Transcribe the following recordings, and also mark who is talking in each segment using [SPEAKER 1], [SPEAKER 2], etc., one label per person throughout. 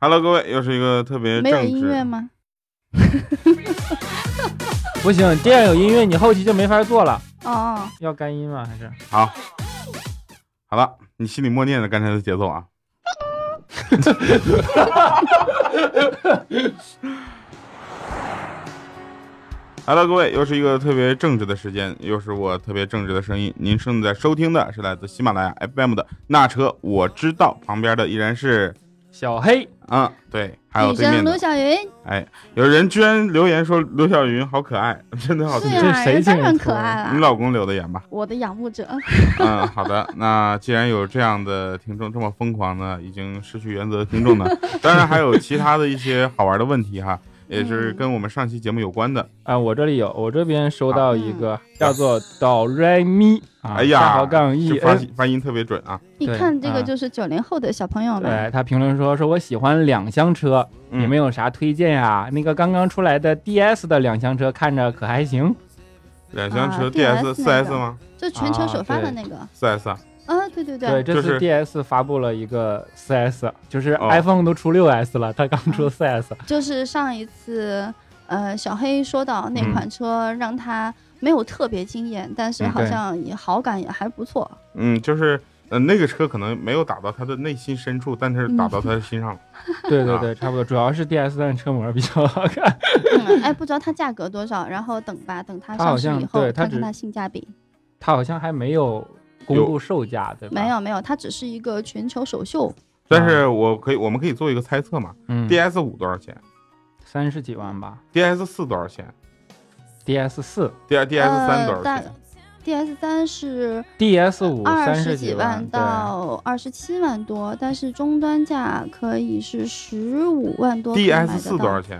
[SPEAKER 1] Hello，各位，又是一个特别
[SPEAKER 2] 没有
[SPEAKER 1] 正
[SPEAKER 2] 音乐
[SPEAKER 1] 直，
[SPEAKER 2] 吗？
[SPEAKER 3] 不行，这样有音乐，你后期就没法做了。
[SPEAKER 2] 哦，
[SPEAKER 3] 要干音吗？还是
[SPEAKER 1] 好，好了，你心里默念着刚才的节奏啊。Hello，各位，又是一个特别正直的时间，又是我特别正直的声音。您正在收听的是来自喜马拉雅 FM 的《那车我知道》，旁边的依然是，
[SPEAKER 3] 小黑？
[SPEAKER 1] 嗯，对，还有
[SPEAKER 2] 女
[SPEAKER 1] 对面
[SPEAKER 2] 生
[SPEAKER 1] 的
[SPEAKER 2] 卢，小云，
[SPEAKER 1] 哎，有人居然留言说刘晓云好可爱， 真哦的好
[SPEAKER 2] 是啊
[SPEAKER 1] 听。
[SPEAKER 3] 这
[SPEAKER 2] 呀，
[SPEAKER 3] 谁
[SPEAKER 2] 啊人当然
[SPEAKER 3] 听人
[SPEAKER 2] 可
[SPEAKER 3] 说
[SPEAKER 2] 爱
[SPEAKER 1] 你
[SPEAKER 2] 了，
[SPEAKER 1] 老公留的言吧？
[SPEAKER 2] 我的仰慕者。
[SPEAKER 1] 嗯，好的。那既然有这样的听众这么疯狂的，已经失去原则的听众呢，当然还有其他的一些好玩的问题哈，也是跟我们上期节目有关的。
[SPEAKER 3] 啊，我这里有，我这边收到一个叫做哆来咪啊，
[SPEAKER 1] 哎呀，
[SPEAKER 3] 下划杠 E
[SPEAKER 1] 这发
[SPEAKER 3] N。
[SPEAKER 1] 音发音特别准啊。
[SPEAKER 2] 一
[SPEAKER 3] 对
[SPEAKER 2] 看这个
[SPEAKER 3] 啊
[SPEAKER 2] 就是九零后的小朋友们，
[SPEAKER 3] 对哎他评论说说我喜欢两厢车，
[SPEAKER 1] 嗯
[SPEAKER 3] 你们有啥推荐呀、那个刚刚出来的 DS 的两厢车看着可还行，
[SPEAKER 1] 两厢车
[SPEAKER 2] 啊
[SPEAKER 1] DS 四
[SPEAKER 2] 4S
[SPEAKER 1] S 吗？
[SPEAKER 2] 就全球首发的
[SPEAKER 3] 啊
[SPEAKER 2] 那个。
[SPEAKER 1] 四 S 啊，
[SPEAKER 2] 啊，对对
[SPEAKER 3] 对，，
[SPEAKER 1] 就
[SPEAKER 3] 这
[SPEAKER 1] 是
[SPEAKER 3] 次 DS 发布了一个 4S，就是
[SPEAKER 1] 哦
[SPEAKER 3] iPhone 都出 6S 了，它刚
[SPEAKER 2] 嗯
[SPEAKER 3] 出 4S，、
[SPEAKER 2] 就是上一次，呃，小黑说到那
[SPEAKER 1] 嗯
[SPEAKER 2] 款车让他没有特别惊艳，但是
[SPEAKER 1] 嗯
[SPEAKER 2] 好
[SPEAKER 3] 对
[SPEAKER 2] 像也好感也还 不错。
[SPEAKER 1] 嗯，就是呃那个车可能没有打到他的内心深处，但是打到他的心上了。
[SPEAKER 3] 对对
[SPEAKER 1] 啊
[SPEAKER 3] 对，差不多，主要是 DS 的车模比较好看。
[SPEAKER 2] 嗯，哎，不知道它价格多少，然后等吧，等它
[SPEAKER 3] 它
[SPEAKER 2] 上
[SPEAKER 3] 好
[SPEAKER 2] 市
[SPEAKER 3] 像
[SPEAKER 2] 以后，
[SPEAKER 3] 对它
[SPEAKER 2] 看看
[SPEAKER 3] 只
[SPEAKER 2] 它性价比。
[SPEAKER 3] 它好像还没有公
[SPEAKER 1] 有
[SPEAKER 3] 布售价，对吧？
[SPEAKER 2] 没，有没有，它只是一个全球首秀，
[SPEAKER 1] 但是我可以，我们可以做一个猜测嘛
[SPEAKER 3] 嗯，
[SPEAKER 1] ？DS 五多少钱
[SPEAKER 3] 三十几万吧
[SPEAKER 1] ？DS 四多少钱
[SPEAKER 3] ，DS 四、
[SPEAKER 1] ？D DS 三
[SPEAKER 2] 呃
[SPEAKER 1] 多少
[SPEAKER 2] 大
[SPEAKER 1] 钱？
[SPEAKER 2] DS 三是
[SPEAKER 3] DS 五
[SPEAKER 2] 二
[SPEAKER 3] 三
[SPEAKER 2] 十
[SPEAKER 3] 几
[SPEAKER 2] 万
[SPEAKER 3] 对，
[SPEAKER 2] 到二十七万多，但是终端价可以是十五万多可以买
[SPEAKER 1] DS
[SPEAKER 2] 得
[SPEAKER 1] 四
[SPEAKER 2] 到
[SPEAKER 1] 多少钱？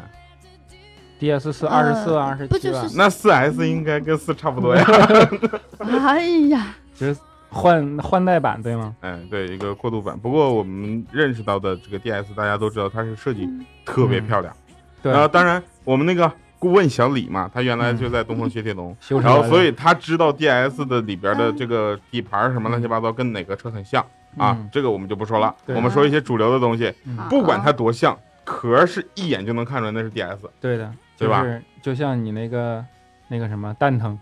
[SPEAKER 3] ，DS 四二十四
[SPEAKER 2] 呃
[SPEAKER 3] 万、二十
[SPEAKER 2] 不
[SPEAKER 3] 七
[SPEAKER 2] 就
[SPEAKER 3] 万，
[SPEAKER 2] 是
[SPEAKER 1] 那四 S 应该跟四差不多呀。
[SPEAKER 2] 哎 呀，
[SPEAKER 3] 就是换换代版对吗？
[SPEAKER 1] 哎，对，一个过渡版。不过我们认识到的这个 DS，大家都知道它是设计
[SPEAKER 2] 嗯
[SPEAKER 1] 特别漂亮。
[SPEAKER 3] 对，
[SPEAKER 1] 然后当然我们那个顾问小李嘛，他原来
[SPEAKER 3] 嗯
[SPEAKER 1] 就在东风雪铁龙，
[SPEAKER 3] 修
[SPEAKER 1] 然
[SPEAKER 3] 成
[SPEAKER 1] 后
[SPEAKER 3] 来
[SPEAKER 1] 所
[SPEAKER 3] 了
[SPEAKER 1] 以他知道 DS 的里边的
[SPEAKER 2] 嗯
[SPEAKER 1] 这个底盘什么乱七八糟跟哪个车很像啊
[SPEAKER 3] 嗯，
[SPEAKER 1] 这个我们就不说了。
[SPEAKER 3] 对
[SPEAKER 1] 我们说一些主流的东西，
[SPEAKER 3] 嗯
[SPEAKER 2] 啊
[SPEAKER 1] 不管它多像，壳儿是一眼就能看出来那是 DS。
[SPEAKER 3] 对的，
[SPEAKER 1] 对
[SPEAKER 3] 就
[SPEAKER 1] 吧
[SPEAKER 3] 是就像你那个那个什么蛋疼，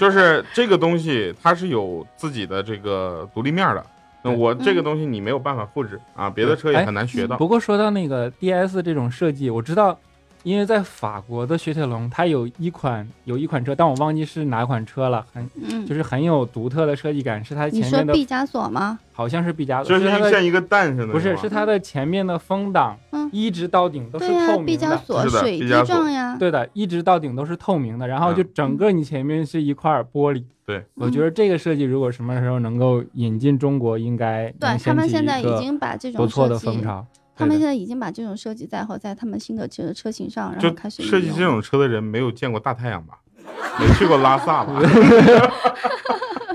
[SPEAKER 1] 就是这个东西它是有自己的这个独立面儿的。那
[SPEAKER 3] 对嗯
[SPEAKER 1] 我这个东西你没有办法复制啊，别的车也
[SPEAKER 3] 哎
[SPEAKER 1] 很难学到。
[SPEAKER 3] 不过说到那个 DS 这种设计，我知道，因为在法国的雪铁龙，它有一款有一款车，但我忘记是哪款车了，很
[SPEAKER 2] 嗯，
[SPEAKER 3] 就是很有独特的设计感，是它
[SPEAKER 2] 你
[SPEAKER 3] 前
[SPEAKER 2] 说
[SPEAKER 3] 面的
[SPEAKER 2] 毕加索吗？
[SPEAKER 3] 好像是毕加索，
[SPEAKER 1] 就是
[SPEAKER 3] 它
[SPEAKER 1] 一个
[SPEAKER 3] 的
[SPEAKER 1] 像一个蛋似的那种啊，
[SPEAKER 3] 不是是它的前面的风挡，
[SPEAKER 2] 嗯
[SPEAKER 3] 一直到顶都是
[SPEAKER 2] 对呀
[SPEAKER 3] 透，
[SPEAKER 2] 毕
[SPEAKER 3] 明
[SPEAKER 2] 加
[SPEAKER 3] 的。
[SPEAKER 2] 索
[SPEAKER 1] 是的
[SPEAKER 2] 水
[SPEAKER 1] 毕
[SPEAKER 2] 滴
[SPEAKER 1] 加索
[SPEAKER 2] 状呀，
[SPEAKER 3] 对的，一直到顶都是透明的，然后就整个你前面是一块玻璃。
[SPEAKER 1] 嗯对，
[SPEAKER 3] 我觉得这个设计如果什么时候能够引进中国，应该能
[SPEAKER 2] 对他们
[SPEAKER 3] 掀起
[SPEAKER 2] 现
[SPEAKER 3] 一
[SPEAKER 2] 在已
[SPEAKER 3] 个
[SPEAKER 2] 经把这
[SPEAKER 3] 不
[SPEAKER 2] 种
[SPEAKER 3] 错
[SPEAKER 2] 设
[SPEAKER 3] 的
[SPEAKER 2] 计
[SPEAKER 3] 风，潮。
[SPEAKER 2] 他们
[SPEAKER 3] 对
[SPEAKER 2] 现在
[SPEAKER 3] 的
[SPEAKER 2] 已经把这种设计载好在他们新的车车型上，然后
[SPEAKER 1] 就
[SPEAKER 2] 开始
[SPEAKER 1] 设计
[SPEAKER 2] 运
[SPEAKER 1] 这
[SPEAKER 2] 用
[SPEAKER 1] 种车的人没有见过大太阳吧？ 没去过拉萨 吧？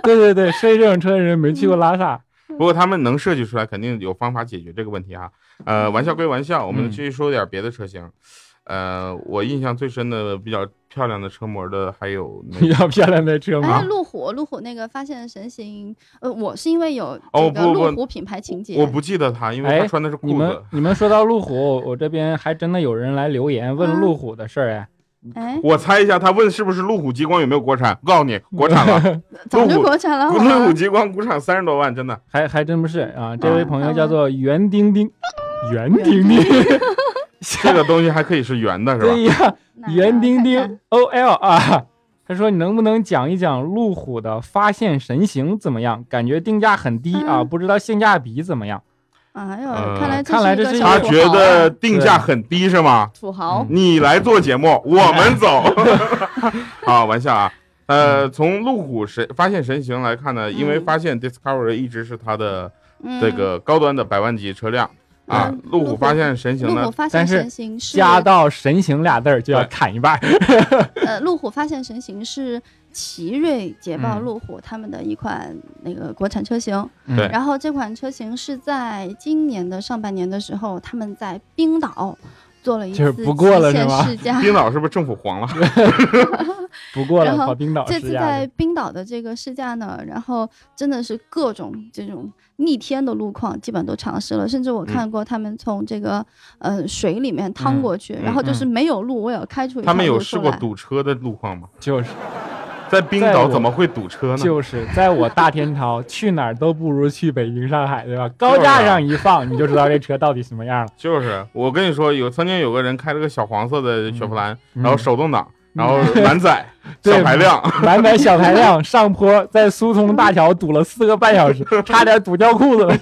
[SPEAKER 3] 对对对，设计这种车的人没去过
[SPEAKER 2] 嗯
[SPEAKER 3] 拉萨，
[SPEAKER 1] 不过他们能设计出来，肯定有方法解决这个问题哈。呃，玩笑归玩笑，我们
[SPEAKER 3] 嗯
[SPEAKER 1] 继续说点别的车型。呃，我印象最深的比较漂亮的车模的还有 那
[SPEAKER 3] 比较漂亮的车
[SPEAKER 2] 哎，
[SPEAKER 3] 嘛。
[SPEAKER 2] 路虎，路虎那个发现神行，呃，我是因为有
[SPEAKER 1] 哦
[SPEAKER 2] 这
[SPEAKER 1] 不不
[SPEAKER 2] 个路虎品牌情节，
[SPEAKER 1] 我不记得他，因为他
[SPEAKER 3] 哎
[SPEAKER 1] 穿的是
[SPEAKER 3] 你
[SPEAKER 1] 裤
[SPEAKER 3] 们
[SPEAKER 1] 子。
[SPEAKER 3] 你们说到路虎，我这边还真的有人来留言问
[SPEAKER 2] 啊
[SPEAKER 3] 路虎的事儿哎，
[SPEAKER 2] 哎，
[SPEAKER 1] 我猜一下，他问是不是路虎极光有没有国产？告诉你，国产 了，
[SPEAKER 2] 早
[SPEAKER 1] 路
[SPEAKER 2] 就
[SPEAKER 1] 虎
[SPEAKER 2] 国产了，好
[SPEAKER 1] 路虎
[SPEAKER 2] 吗？
[SPEAKER 1] 极光国产三十多万，真的。
[SPEAKER 3] 还还真不是啊，这位
[SPEAKER 2] 啊
[SPEAKER 3] 朋友
[SPEAKER 2] 看
[SPEAKER 3] 叫
[SPEAKER 2] 完
[SPEAKER 3] 做袁丁丁，袁丁 丁，
[SPEAKER 1] 这个东西还可以是圆的，是 吧？
[SPEAKER 3] 对呀，
[SPEAKER 2] 哪个
[SPEAKER 3] 袁丁
[SPEAKER 2] 看看
[SPEAKER 3] 丁 OL 啊，他说你能不能讲一讲路虎的发现神行怎么样？感觉定价很低啊，
[SPEAKER 2] 嗯
[SPEAKER 3] 不知道性价比怎么样？
[SPEAKER 2] 哎呦，
[SPEAKER 1] 呃
[SPEAKER 2] 看来
[SPEAKER 3] 看来
[SPEAKER 2] 这
[SPEAKER 3] 这
[SPEAKER 2] 是
[SPEAKER 3] 是
[SPEAKER 2] 一
[SPEAKER 3] 一
[SPEAKER 2] 个
[SPEAKER 1] 他
[SPEAKER 2] 小
[SPEAKER 3] 个土
[SPEAKER 2] 土
[SPEAKER 1] 觉
[SPEAKER 2] 豪
[SPEAKER 1] 得
[SPEAKER 2] 啊
[SPEAKER 1] 定价很低是吗？
[SPEAKER 2] 土豪
[SPEAKER 3] 嗯，
[SPEAKER 1] 你来做节目，我们走。啊，玩笑啊。呃，从路虎神发现神行来看呢，因为
[SPEAKER 2] 嗯
[SPEAKER 1] 发现 Discovery 一直是它的
[SPEAKER 2] 嗯
[SPEAKER 1] 这个高端的百万级车辆啊
[SPEAKER 2] 嗯，
[SPEAKER 1] 路
[SPEAKER 2] 路
[SPEAKER 1] 虎
[SPEAKER 2] 虎
[SPEAKER 1] 发现神行
[SPEAKER 2] 路
[SPEAKER 1] 呢
[SPEAKER 2] 虎，发现
[SPEAKER 3] 但是
[SPEAKER 2] 神行是
[SPEAKER 3] 加到“神行”俩字儿就要砍一半儿。
[SPEAKER 2] 呃，路虎发现神行是奇瑞、捷豹、
[SPEAKER 3] 嗯
[SPEAKER 2] 路虎他们的一款那个国产车型。
[SPEAKER 1] 对
[SPEAKER 3] 嗯
[SPEAKER 2] 然后这款车型是在今年的上半年的时候，他们在冰岛做了一
[SPEAKER 3] 就是
[SPEAKER 2] 次
[SPEAKER 3] 不过了
[SPEAKER 2] 极
[SPEAKER 3] 是
[SPEAKER 2] 限
[SPEAKER 3] 吗
[SPEAKER 2] 试驾。
[SPEAKER 1] 冰岛是不是政府黄了？
[SPEAKER 3] 不过了
[SPEAKER 2] 然后
[SPEAKER 3] 跑冰岛
[SPEAKER 2] 这
[SPEAKER 3] 是
[SPEAKER 2] 次
[SPEAKER 3] 这样的
[SPEAKER 2] 在冰岛的这个试驾呢，然后真的是各种这种逆天的路况，基本都尝试了。甚至我看过他们从这个、呃水里面趟过去，
[SPEAKER 1] 嗯嗯
[SPEAKER 2] 然后就是没有路，我也要开出一条
[SPEAKER 1] 他们有
[SPEAKER 2] 路
[SPEAKER 1] 试
[SPEAKER 2] 出
[SPEAKER 1] 过
[SPEAKER 2] 来。
[SPEAKER 1] 堵车的路况吗？
[SPEAKER 3] 就是
[SPEAKER 1] 在冰
[SPEAKER 3] 在
[SPEAKER 1] 岛
[SPEAKER 3] 我
[SPEAKER 1] 怎么会堵车呢？
[SPEAKER 3] 就是在我大天朝去哪儿都不如去北京上海，对吧？高架上一放，你就知道这车到底什么样了。
[SPEAKER 1] 就是我跟你说，有曾经有个人开了个小黄色的雪佛兰，
[SPEAKER 3] 嗯
[SPEAKER 1] 然后手动挡，
[SPEAKER 3] 嗯
[SPEAKER 1] 然后满载
[SPEAKER 3] 对
[SPEAKER 1] 小排量，
[SPEAKER 3] 满载小排量上坡，在苏通大桥堵了四个半小时，差点堵掉裤子了。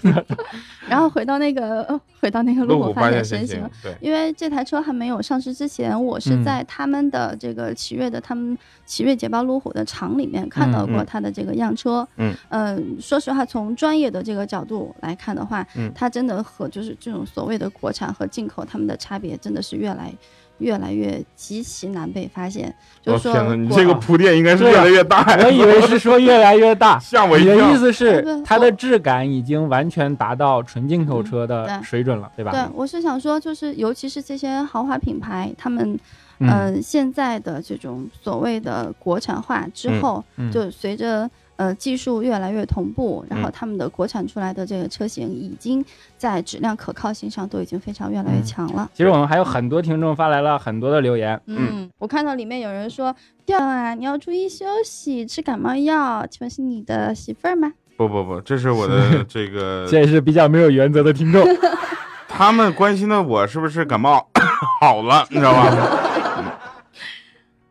[SPEAKER 2] 然后回到那个、呃回到那个
[SPEAKER 1] 路
[SPEAKER 2] 路
[SPEAKER 1] 虎
[SPEAKER 2] 口
[SPEAKER 1] 发
[SPEAKER 2] 发
[SPEAKER 1] 现先
[SPEAKER 2] 现先
[SPEAKER 1] 行
[SPEAKER 2] 行。。
[SPEAKER 1] 对，
[SPEAKER 2] 因为这台车还没有上市之前，我是
[SPEAKER 3] 嗯
[SPEAKER 2] 在他们的这个奇瑞的他们奇瑞捷豹路虎的厂里面看到
[SPEAKER 1] 嗯
[SPEAKER 2] 过
[SPEAKER 1] 嗯
[SPEAKER 2] 它的这个样车。
[SPEAKER 1] 嗯
[SPEAKER 2] 呃说实话，从专业的这个角度来看的话，
[SPEAKER 1] 嗯
[SPEAKER 2] 它真的和就是这种所谓的国产和进口它们的差别真的是越来越来越极其难被发现。就
[SPEAKER 1] 我
[SPEAKER 2] 是说
[SPEAKER 1] 哦天哪，
[SPEAKER 2] 国，
[SPEAKER 1] 你这个铺垫应该是越来越大呀！，
[SPEAKER 3] 我以为是说越来越大
[SPEAKER 1] 吓我一
[SPEAKER 3] 你的意
[SPEAKER 1] 跳。
[SPEAKER 3] 思是
[SPEAKER 2] 对
[SPEAKER 3] 它的质感已经完全达到纯进口车的
[SPEAKER 2] 嗯对
[SPEAKER 3] 水准了，对吧？
[SPEAKER 2] 对，我是想说，就是尤其是这些豪华品牌，他们
[SPEAKER 3] 嗯，
[SPEAKER 2] 呃、现在的这种所谓的国产化之
[SPEAKER 1] 嗯
[SPEAKER 2] 后，
[SPEAKER 3] 嗯
[SPEAKER 2] 就随着呃技术越来越同步，然后
[SPEAKER 1] 嗯
[SPEAKER 2] 他们的国产出来的这个车型已经在质量可靠性上都已经非常越来越
[SPEAKER 3] 嗯
[SPEAKER 2] 强了。
[SPEAKER 3] 其实我们还有很多听众发来了很多的留言，
[SPEAKER 1] 嗯
[SPEAKER 2] 嗯，我看到里面有人说调啊，你要注意休息，吃感冒药。请问是你的媳妇儿吗？
[SPEAKER 1] 不不不，这是我的 这个，
[SPEAKER 3] 这是比较没有原则的听 众。
[SPEAKER 1] 他们关心的我是不是感冒 好了，你知道 吧？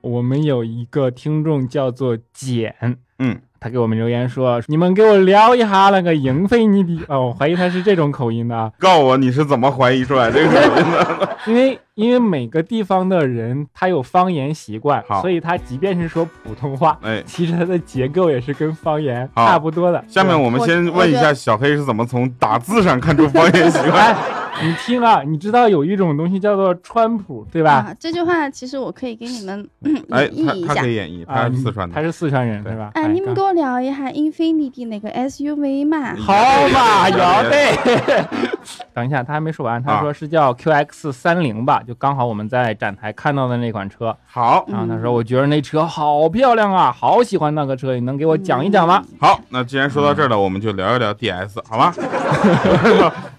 [SPEAKER 3] 我们有一个听众叫做简，
[SPEAKER 1] 嗯，
[SPEAKER 3] 他给我们留言说：“你们给我撩一哈那个英菲尼迪。”哦，我怀疑他是这种口音的啊，
[SPEAKER 1] 告我你是怎么怀疑出来这个口音的？
[SPEAKER 3] 因为因为每个地方的人他有方言习惯
[SPEAKER 1] 好，
[SPEAKER 3] 所以他即便是说普通话，
[SPEAKER 1] 哎，
[SPEAKER 3] 其实它的结构也是跟方言
[SPEAKER 1] 好
[SPEAKER 3] 差不多的。
[SPEAKER 1] 下面我们
[SPEAKER 2] 我
[SPEAKER 1] 先
[SPEAKER 2] 我
[SPEAKER 1] 问一
[SPEAKER 2] 觉
[SPEAKER 1] 下
[SPEAKER 2] 得
[SPEAKER 1] 小黑是怎么从打字上看出方言习
[SPEAKER 3] 对吧
[SPEAKER 1] 惯？
[SPEAKER 3] 哎，你听啊，你知道有一种东西叫做川普，对吧？
[SPEAKER 2] 啊，这句话其实我可以给你们
[SPEAKER 1] 哎，
[SPEAKER 2] 演绎一
[SPEAKER 1] 他他
[SPEAKER 2] 下
[SPEAKER 1] 可。以演绎，
[SPEAKER 3] 啊，
[SPEAKER 1] 他是四川
[SPEAKER 3] 他
[SPEAKER 1] 的。
[SPEAKER 3] 是四川人，
[SPEAKER 1] 对
[SPEAKER 3] 对吧？
[SPEAKER 2] 哎，你们给
[SPEAKER 3] 刚
[SPEAKER 2] 我聊一下 Infinity 那个 SUV 嘛？
[SPEAKER 1] 哎
[SPEAKER 3] 好 嘛，姚贝。 等一下，他还没说完，
[SPEAKER 1] 啊
[SPEAKER 3] 他说是叫 QX 三零吧，就刚好我们在展台看到的那款车。
[SPEAKER 1] 好
[SPEAKER 3] 然后他
[SPEAKER 2] 嗯
[SPEAKER 3] 说，我觉得那车好漂亮啊，好喜欢那个车，你能给我讲一讲吗？
[SPEAKER 2] 嗯
[SPEAKER 1] 好，那既然说到这
[SPEAKER 3] 嗯
[SPEAKER 1] 儿了，我们就聊一聊 DS，好 吧？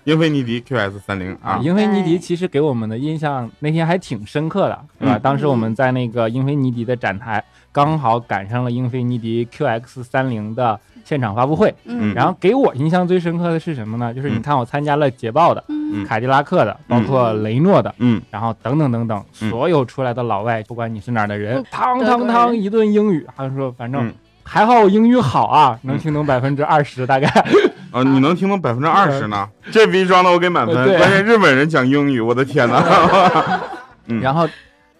[SPEAKER 1] 英菲尼迪 QS 三零啊，
[SPEAKER 3] 英菲尼迪
[SPEAKER 2] 对
[SPEAKER 3] 其实给我们的印象那天还挺深刻的，对吧？
[SPEAKER 1] 嗯
[SPEAKER 3] 当时我们在那个英菲尼迪的展台，刚好赶上了英菲尼迪 QX 三零的现场发布会。
[SPEAKER 1] 嗯
[SPEAKER 3] 然后给我印象最深刻的是什么呢？就是你
[SPEAKER 1] 嗯
[SPEAKER 3] 看我参加了捷豹的、
[SPEAKER 2] 嗯
[SPEAKER 3] 凯迪拉克的，包
[SPEAKER 1] 嗯
[SPEAKER 3] 括雷诺的，
[SPEAKER 1] 嗯，
[SPEAKER 3] 然后等等等等，
[SPEAKER 1] 嗯
[SPEAKER 3] 所有出来的老外，不管你是哪儿的人
[SPEAKER 2] 不，
[SPEAKER 3] 汤
[SPEAKER 2] 德国
[SPEAKER 3] 汤
[SPEAKER 2] 人
[SPEAKER 3] 汤一顿英语，他说反正
[SPEAKER 1] 嗯
[SPEAKER 3] 还好我英语好啊，能
[SPEAKER 1] 嗯
[SPEAKER 3] 听懂百分之二十大概。
[SPEAKER 1] 啊，你能听懂百分之二十呢？这逼装的我给满分。
[SPEAKER 3] 啊呃对啊
[SPEAKER 1] 关键日本人讲英语，我的天 哪！嗯
[SPEAKER 3] 然后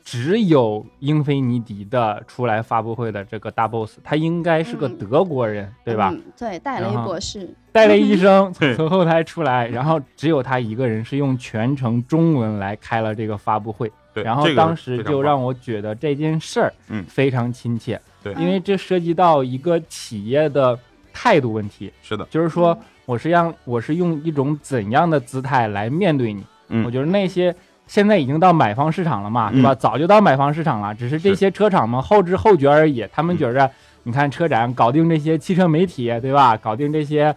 [SPEAKER 3] 只有英菲尼迪的出来发布会的这个大 boss，他应该是个
[SPEAKER 2] 嗯
[SPEAKER 3] 德国人，对吧？
[SPEAKER 2] 嗯对，戴雷
[SPEAKER 3] 然后
[SPEAKER 2] 博士。
[SPEAKER 3] 戴雷医生
[SPEAKER 1] 对
[SPEAKER 3] 从后台
[SPEAKER 1] 嗯
[SPEAKER 3] 出来，然后只有他一个人是用全程中文来开了这个发布会，
[SPEAKER 1] 对，
[SPEAKER 3] 然后
[SPEAKER 1] 这个
[SPEAKER 3] 当时
[SPEAKER 1] 非常
[SPEAKER 3] 就
[SPEAKER 1] 棒
[SPEAKER 3] 让我觉得这件事儿
[SPEAKER 1] 嗯
[SPEAKER 3] 非常亲切，
[SPEAKER 1] 对
[SPEAKER 2] 嗯
[SPEAKER 3] 因为这涉及到一个企业的态度问题，
[SPEAKER 1] 是的，
[SPEAKER 3] 就是说我是让我是用一种怎样的姿态来面对你？
[SPEAKER 1] 嗯
[SPEAKER 3] 我觉得那些现在已经到买方市场了嘛，
[SPEAKER 1] 嗯
[SPEAKER 3] 对吧？早就到买方市场了，只是这些车厂们后知后觉而已。他们觉
[SPEAKER 1] 嗯
[SPEAKER 3] 着，你看车展搞定这些汽车媒体，对吧？搞定这些